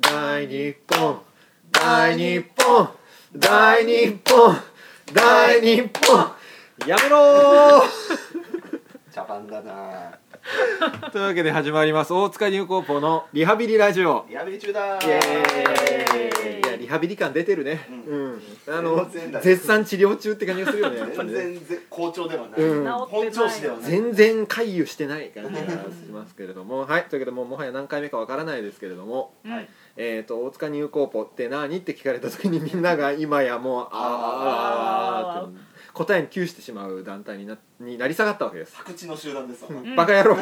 大日本大日本大日本大日本やめろー茶番だ な というわけで始まります大塚入高校のリハビリラジオリハビリ中だイエーイいやリハビリ感出てるね、うんあの全然だ絶賛治療中って感じがするよねやっぱ全りね然ぜ好調ではない、うん本調子ではない全然回遊してない感じがしますけれどもはいというわけでもうもはや何回目かわからないですけれどもはいえー、と大塚入高ポって何って聞かれた時にみんなが今やもうあーあーあーあーって答えに窮してしまう団体になになり下がったわけです、白地の集団ですわ、んバカ野郎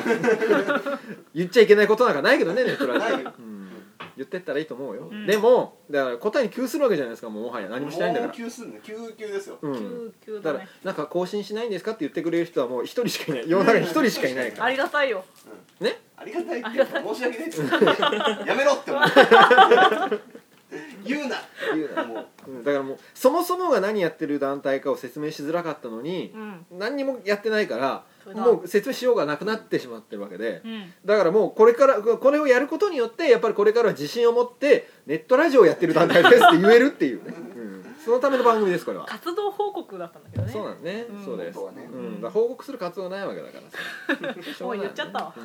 言っちゃいけないことなんかないけどねネットラジないオ、うん、言ってったらいいと思うよ、うんでもだから答えに窮するわけじゃないですかもうもはや 何もしてないんだからもう急 すんね急急ですよ、うん救急だだからねなんか更新しないんですかって言ってくれる人はもう一人しかいない世の中に一人しかいないかあらりがたいよねありがたいっていうか 申し訳ないっていうかやめろって思う言うな言うなもううんだからもうそもそもが何やってる団体かを説明しづらかったのに、うん何にもやってないからそうだもう説明しようがなくなってしまってるわけでうんだからもうこれからこれをやることによってやっぱりこれからは自信を持ってネットラジオをやってる団体ですって言えるって いうね、うん、そのための番組ですこれは、活動報告だったんだけどねそうなんね、うんそうです、本当はねうん、だから報告する活動ないわけだから さしょうがないもう言っちゃったわう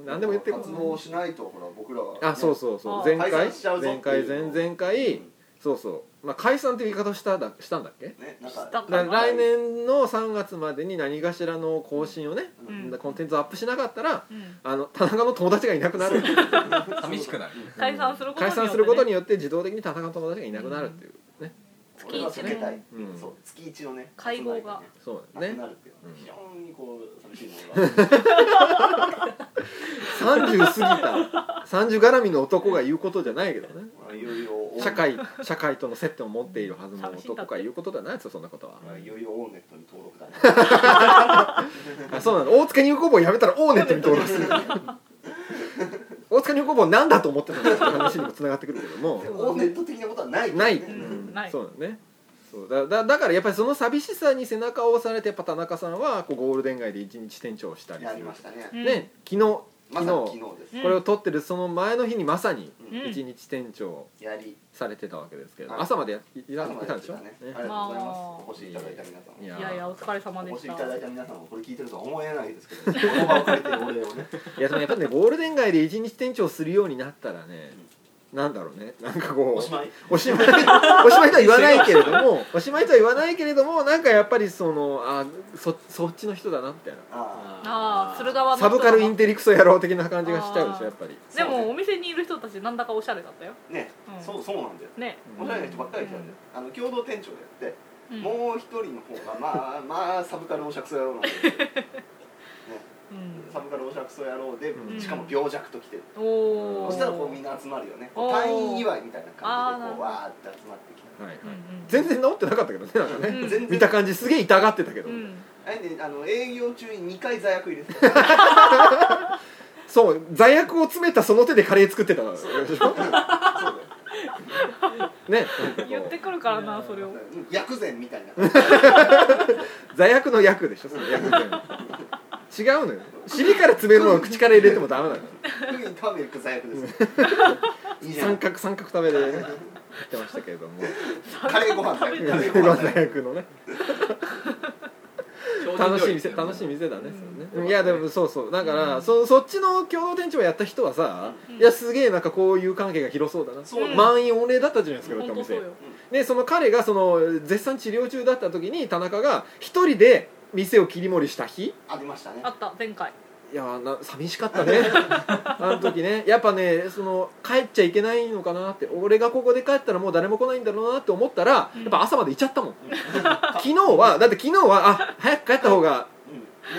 ん、何でも言ってこ活動しないとほら僕らはね、あそうそうそうあ前解回散しちゃうぞ前ってい回う前々回、うんそうそう、まあ、解散っていう言い方をしただしたんだっけねなんしたかかだなから来年の3月までに何かしらの更新をね、うんコンテンツをアップしなかったらうんあの田中の友達がいなくなる寂しくなる解散すること解によってね散することによって自動的に田中の友達がいなくなるっていうね、月一俺は避けたいうんそう月一のね会合がそうだなよくなねるっていううん非常にこう寂しいもの が30過ぎた30絡みの男が言うことじゃないけどねまあいよいよ社会社会との接点を持っているはずの男が言うことではないですよそんなことは、まあいよいよオーネットに登録だねあそうなの大塚入高坊やめたらオーネットに登録する大塚入高坊なんだと思ってたのかって話にもつながってくるけどもオーネット的なことはないない、んないそうだねそうだだだからやっぱりその寂しさに背中を押されてやっぱ田中さんはこうゴールデン街で一日店長をしたりやすりるましたねうんね昨日まさに昨日ですうんこれを撮ってるその前の日にまさにうん一日店長やりされてたわけですけど、はい朝までやいいらあいたんでしょ、ねありがねとうございますまあお越しいただいた皆さんいやいやいやお疲れ様おで越ししいたただいた皆さんもこれ聞いてるとは思えないですけどこの場を借りてお礼をねいやでもやっぱねゴールデン街で一日店長するようになったらね、なんだろうねなんかこうおしまいおしまいおしまいとは言わないけれどもおしまいとは言わないけれどもなんかやっぱりそのあそそっちの人だなみたいなあああ鶴川の人サブカルインテリクソ野郎的な感じがしちゃうであしーょやっぱりでもお店にいる人たちなんだかおしゃれだったよあねうんそうそうなんだよねおしゃれな人ばっかり来たんだよあの共同店長やってうんもう一人の方がまあまあサブカルおしゃくそ野郎なんだけどねうんサブカルおしゃくそ野郎でうんしかも病弱と来てるおそおしたらこうみんな集まるよねおー隊員祝いみたいな感じでこあーなるほうどわーって集まってきはいはい、うんうん全然治ってなかったけどねなんかね、うん全然 見た感じすげえ痛がってたけど、うんたえであの営業中に2回座薬入れて たそう罪悪を詰めたその手でカレー作ってたでしょそうだねよなんかこう言ってくるからなそれをうん薬膳みたいな感じ罪悪の薬でしょその薬って違うのよ尻から詰めるのを口から入れてもダメなの特にターメリック座薬です よいいじゃ三ん角三角食べで言ってましたけれどもカレーご飯座薬カレーご飯座薬罪悪のね楽しい店楽しい店だね、それねいやでもそうそうだから、そそっちの共同店長やった人はさ、うんいやすげえなんかこういう関係が広そうだな、そううん満員御礼だったじゃないですか、だって本お当店そうよでその彼がその絶賛治療中だった時に田中が一人で店を切り盛りした日ありましたねあった前回いやーな寂しかった ねあの時ねやっぱねその帰っちゃいけないのかなって俺がここで帰ったらもう誰も来ないんだろうなって思ったら、うんやっぱ朝までいちゃったもん昨日はだって昨日はあ早く帰った方が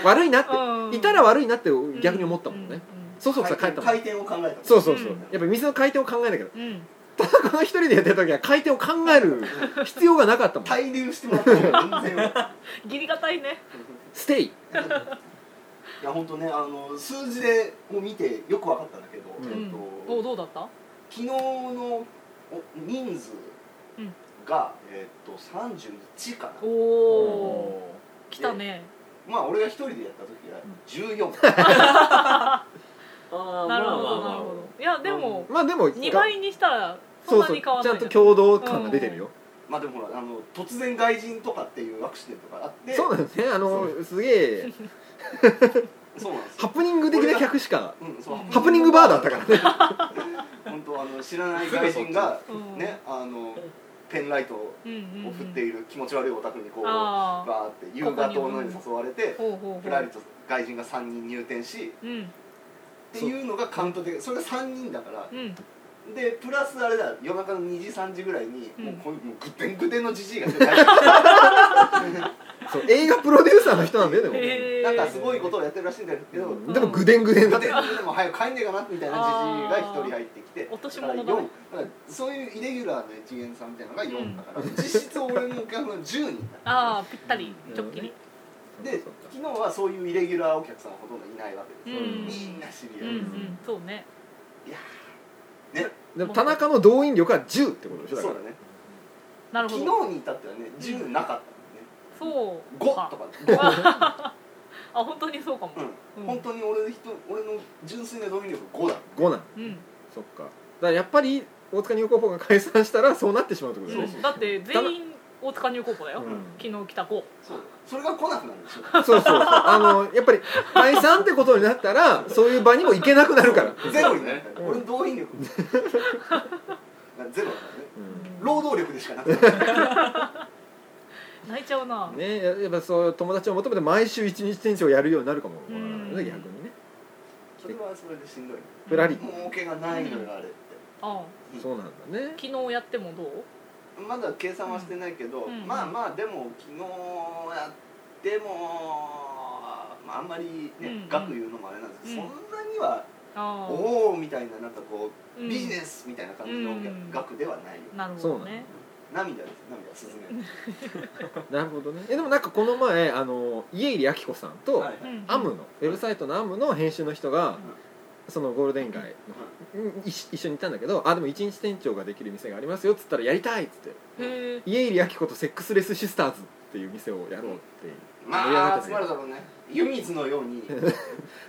うん悪いなって、うんいたら悪いなって逆に思ったもんね、うそうそうさ帰ったもん回転を考えたそうそうそう、うんやっぱ店の回転を考えなきゃんうん田中が一人でやってる時は回転を考える必要がなかったもん滞留してもらった方が全然うんギリがたいねステイいや本当ねあの数字でもう見てよく分かったんだけど、うんえっとおどうだった昨日のお人数が、えっと31かおなお来たねまあ俺が一人でやった時は14、あーなるほどまあまなあまるほどいやであおまあでも2倍にしたらそそんうなそうにち変わんなゃいんじゃとん共同感が出てるよ、まあでもほらあの突然外人とかっていうアクシデントがあってそうなんですねあのすげえそうなんですハよ、プニング的な客しかうん、そうハプニングバーだったから ね本当あの知らない外人がうんねあのペンライトをうんうんうん振っている気持ち悪いオタクにこうバああーって優雅と女に誘われてほうほうほふらりうと外人が3人入店しうんっていうのがカウントでそれが3人だからうんでプラスあれだ夜中の2時3時ぐらいに、うんもうこういうもうぐてんぐてんのじじいが出てなそう映画プロデューサーの人なんだよでも、へえんかすごいことをやってるらしいんだけど、うんでもぐでんぐでんだだっっててでも早く帰んねえかなみたいなじじいが1人入ってきてあー落としだ物かだらね四だからそういうイレギュラーな一元さんみたいなのが4だから、実質俺のお客さん10人だああぴったりちょっきりで昨日はそういうイレギュラーお客さんはほとんどいないわけです、うんみんな知りうん合ういです、んそうねいやーねでも田中の動員力は10ってことでしょだかそうらだねなるほ昨ど日に至ってはね10なかそうったのね5とかか あ本当にそうかもうんうん本当に俺の人俺の純粋なドミ力5だ5なんうんそっかだからやっぱり大塚入高校が解散したらそうなってしまうってことだよねうんだって全員大塚入高校だようん昨日来た子そうそれが来なくなるでしょそうそうそうあのやっぱり解散ってことになったらそういう場にも行けなくなるから、ゼロになるから、うん俺の動員力ゼロだからねう、労働力でしかなくなる泣いちゃうなんねやっぱそう友達を求めて毎週一日店長やるようになるかもわからないね、うん逆にねそれはそれでしんどいふらりと儲けがないのよあれってあそうなんだね昨日やってもどうまだ計算はしてないけど、うんまあまあでも昨日やっても、まあ、あんまりね、うん額言うのもあれなんですけど、うんそんなには、ああおおみたいななんかこう、うんビジネスみたいな感じのうん額ではないよ、なるほどね涙です涙すずめなるほどねえでもなんかこの前あの家入明子さんと、はいうんアムのウェブサイトのアムの編集の人が、そのゴールデン街のうん一緒一緒にいたんだけど「あでも一日店長ができる店がありますよ」っつったら「やりたい」っつってへえ「家入明子とセックスレスシスターズ」っていう店をやろうっていう盛り上がまっあて集たまけどるだろうね湯水のように、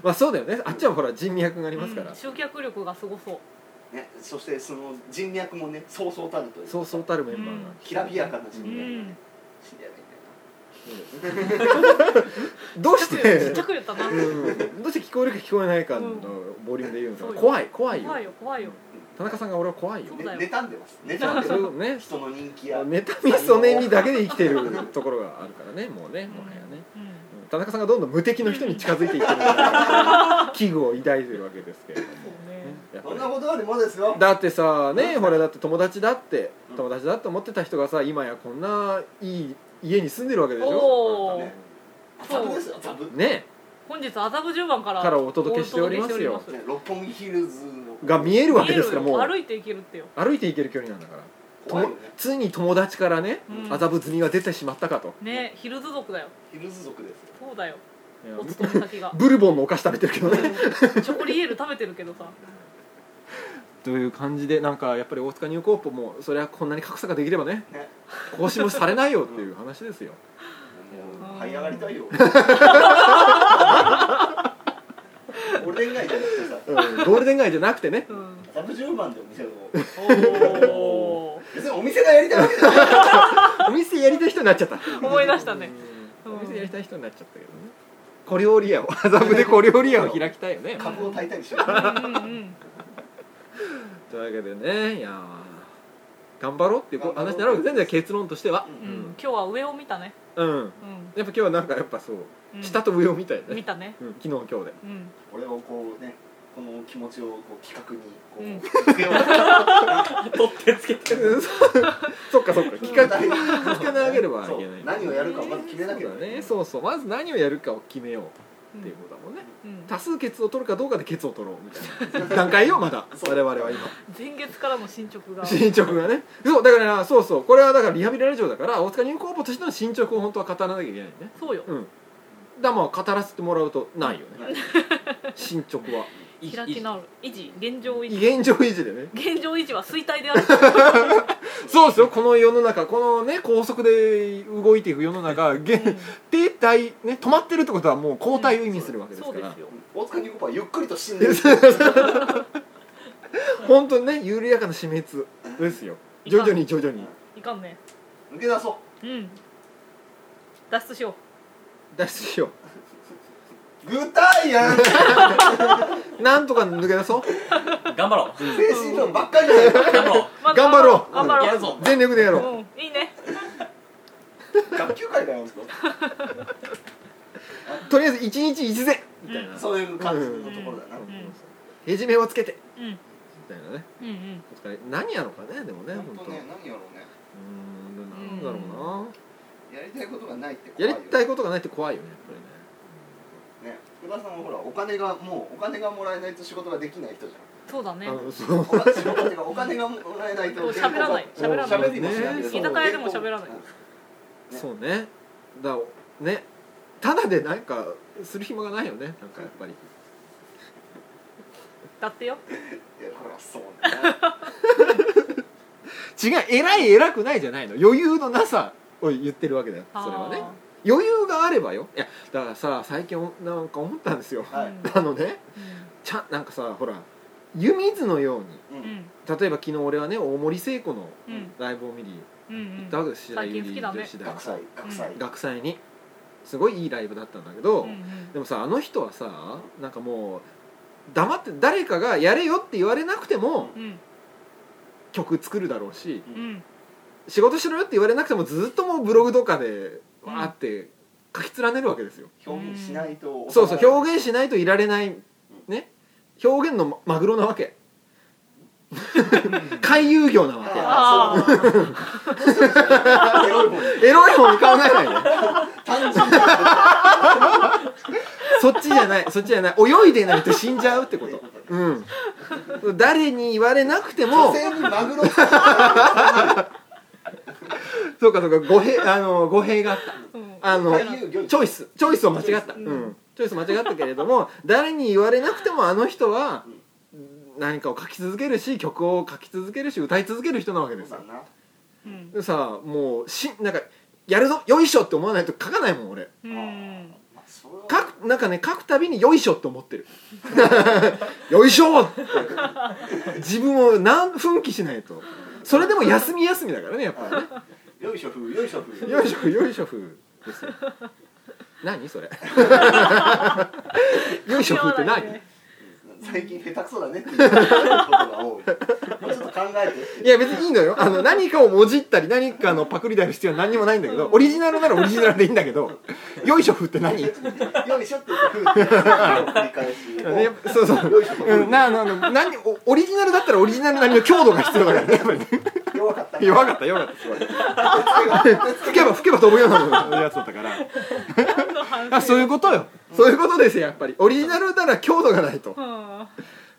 まあそうだよねあっちはほら人脈がありますから、うん集客力がすごそうね、そしてその人脈もねそうそうたるというかそうそうたるメンバーが、うんきらびやかな人う脈がね、ん知り合いがいたどうしちってちゃ、く言ったなうん、どうして聞こえるか聞こえないかのボリュームで言うのそうか、よ怖い怖いよ怖いよ怖いよ田中さんが俺は怖いよそういだよな、ね、妬んでますそ妬んでういうこるとね人の人気や妬みそねみだけで生きてるところがあるからねもうねもはやねうん田中さんがどんどん無敵の人に近づいていってるから危惧を抱いてるわけですけれども、そうねやっぱそんりなことあるもんですよだってさねほらだって友達だってうん友達だって思ってた人がさ今やこんないい家に住んでるわけでしょおおねザそうブですよザブ、ね、ね本日麻布十番からからお届けしておりますよお届けして六本木ヒルズのが見えるわおりますけですから見えもうるよ歩いていけるってよ歩いていける距離なんだから怖いよねついに友達からねうん麻布済みは出てしまったかとねヒルズ族だよヒルズ族ですよそうだよいやお勤め先がブルボンのお菓子食べてるけどねチョコリエール食べてるけどさ という感じでなんかやっぱり大塚入高校もそれはこんなに格差ができればねね更新もされないよっていう話です よもううん這い上がりたいよ俺以外じゃなくてさうんゴールデン街じゃなくてねうんザブ十番でお店をおお別にお店がやりたいわけじゃないお店やりたい人になっちゃった思い出したねううんんお店やりたい人になっちゃったけどね小料理屋を 麻布で小料理屋を開きたいよね株を炊いたりしてうるんうんうんというわけでねいやー頑張ろうっていうこ頑張ろ話うになるわけですね結論としてはうん今日は上を見たねうんうんやっぱ今日はなんかやっぱそううん下と上を見たよ見ね、たねうん、昨日今日でうん俺をこうねこの気持ちをこう企画にこう、うんぶつけようと取ってつけてるうんそ そっかそっか企画誰が聞かなければいけないそう何をやるかをまず決めなきゃいけそうなだいねそうそうまず何をやるかを決めようっうていうことだもんね、ん多数決を取るかどうかで決を取ろうみたいな段階よまだそ我う々は今前月からの進捗が進捗がねそうだからそうそうこれはだからリハビリラジオだから大塚入高簿としての進捗を本当は語らなきゃいけないねそうようんだからまあ語らせてもらうとないよね進捗は開き直る維持現状維持現状維持でね現状維持は衰退であるそうですよこの世の中このね高速で動いていく世の中現停滞ね止まってるってことはもう後退を意味するわけですそうかでら、。すよ大塚ニコパはゆっくりと死んでる本当にね緩やかな死滅ですよ徐々に徐々にいかんね抜け出そううん脱出しよ脱出しよ具体やん精うなんとか抜け出そう頑張ろう神論ばっかりじゃないか頑張ろう、まあ頑張ろう頑張うやろるうぞ全力でやろううんいいね学級会だよとりあえず一日一善みたいな、そういう感じのところだな、んへじめをつけてうんみたいなねうんうんお疲れ何やろうかねでもね本本当当ね何やろうねうーんなんだろうな、やりたいことがないって怖いやよりねたいことがないって怖いよねやっぱりねね福田さんはほらお金がもうお金がもらえないと仕事ができない人じそうだねあのそうゃんお金仕事っていうかお金がもらえないと喋らない喋らない喋りもしないねそう居酒屋でも喋らないねそうねだからねただでなんかする暇がないよねなんかやっぱりだってよいやこれはそうだな違う偉い偉くないじゃないの余裕のなさを言ってるわけだよそれはねあ余裕があればよいやだからさ最近おなんか思ったんですよ ーはいあのねちゃんなんかさほら湯水のようにううんうんん例えば昨日俺はね大森聖子のうんライブを見にうんうん行ったわけです、白最近好きだ百合ね女子大学学祭学祭学祭にすごいいいライブだったんだけど、うんうんでもさあの人はさなんかもう黙って誰かがやれよって言われなくてもうん曲作るだろうしうん仕事しろよって言われなくてもずっともうブログとかでわーって書き連ねるわけですよ、表現しないとそうそう表現しないといられないね表現のママグロなわけ 回遊魚なわあああ そうエロいもんけエロい方に考えないで単純にそっちじゃないそっちじゃない泳いでないと死んじゃうってことうん誰に言われなくても女性にマグロそうかそうか語弊あの語弊があったーうんあの俳優業チョイスチョイスを間違った、ううんんチョイス間違ったけれども誰に言われなくてもあの人は何かを書き続けるし曲を書き続けるし歌い続ける人なわけですそようだなうんでさもうしなんかやるぞよいしょって思わないと書かないもん俺うんまあそれは書くなんかね書くたびによいしょって思ってる よいしょって自分を何奮起しないとそれでも休み休みだからねやっぱりねよいしょふよいしょふよいしょよいしょ風ですよ何そ れよいしょ風って何、似合わないね最近下手くそだねっていうことが多いもうちょっと考えてっていや別にいいのよあの何かをもじったり何かのパクリである必要は何にもないんだけどオリジナルならオリジナルでいいんだけどよいしょ風って何よいしょって言ってふうって繰り返しねそうそうよいしょふうんなあのあの何おオリジナルだったらオリジナルなりの強度が必要だからねやっぱりね弱かった弱かった弱かったすごい吹けば吹けば飛ぶようなやつだった から何の話あそういうことよそういうことですよやっぱりオリジナルなら強度がないとっうん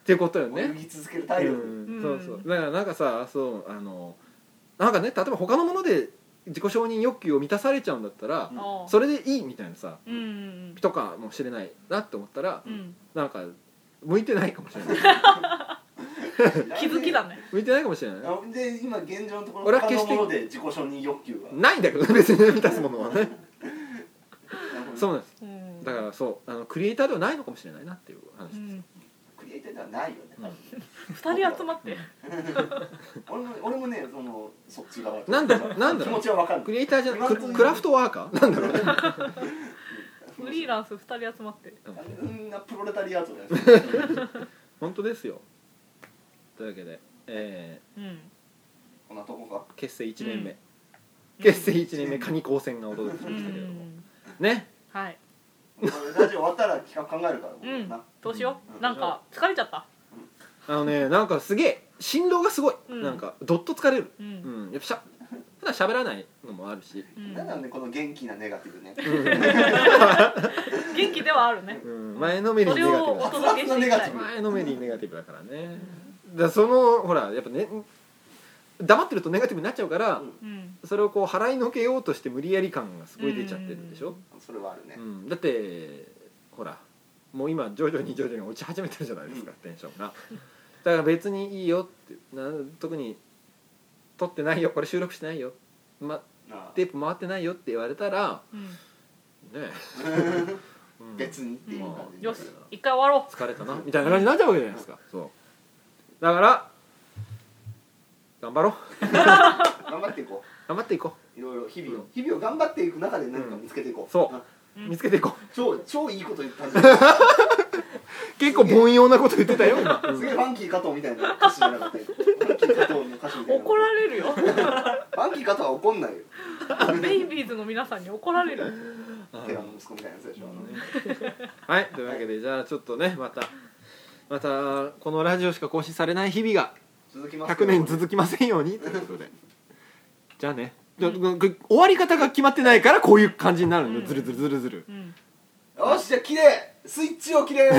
てことよね泳ぎ続ける体力うん、んそうそうだからなんかさそうあのなんかね例えば他のもので自己承認欲求を満たされちゃうんだったら、あーそれでいいみたいなさうんうんとかもしれないなって思ったら、うんなんか向いてないかもしれない 気づきだね向いてないかもしれないで今現状のところ俺は他決のしてもので自己承認欲求がないんだけどね別に満たすものはねそうなんですうんだからそうあのクリエイターではないのかもしれないなっていう話、うんクリエイターではないよね多分二人集まって俺も俺もねそのそっち側なんだろうなんだ気ろ持うちはわかるクリエイターじゃ今のとこクろクラフトワーカーなんだろうねフリーランス二人集まってそんなプロレタリアートじゃないです本当ですよというわけで、えうんこんなとこかー結成1年目、うん結成1年目カニ光線がお届けしうましたけれども、んねはいラジオ終わったら企画考えるからうんなどうしようんうなんか疲れちゃったあのねなんかすげえ振動がすごい、うんなんかどっと疲れるううんんやっぱしゃただ喋らないのもあるし、うんなんなんでこの元気なネガティブね元気ではあるねうん、前のめりにそネれガテをィブおだ届けしていきたい前のめりにネガティブだからねだからそのほらやっぱね黙ってるとネガティブになっちゃうから、うんうんそれをこう払いのけようとして無理やり感がすごい出ちゃってるんでしょ、それはあるねうんだってほらもう今徐々に徐々に落ち始めてるじゃないですか、うテンションがだから別にいいよってな特に撮ってないよこれ収録してないよ、ま、なあテープ回ってないよって言われたらうんねえ、うん 別にっていう感じよし一回終わろ疲れたなみたいな感じになっちゃうわけじゃないですかそうだから頑張ろう頑張っていこ頑張っていこういろいろ日々を、うん日々を頑張っていく中で何か見つけていこう、そうあう見つけていこ超超いいこと言ったんじゃなう結構凡庸なこと言ってたよ今いすげえファンキー加藤みたいな歌詞じゃなかったよファンキー加藤の歌詞みたいな怒られる よファンキー加藤は怒んないよベイビーズの皆さんに怒られる寺の息子みたいなやつでしょ、あのねはいというわけでじゃあちょっとねまたまたこのラジオしか更新されない日々が続きますよ100年続きませんよう にということでじゃあねじゃあ終わり方が決まってないからこういう感じになるのうんズルズルズルズルうんよしじゃあ切れスイッチを切れ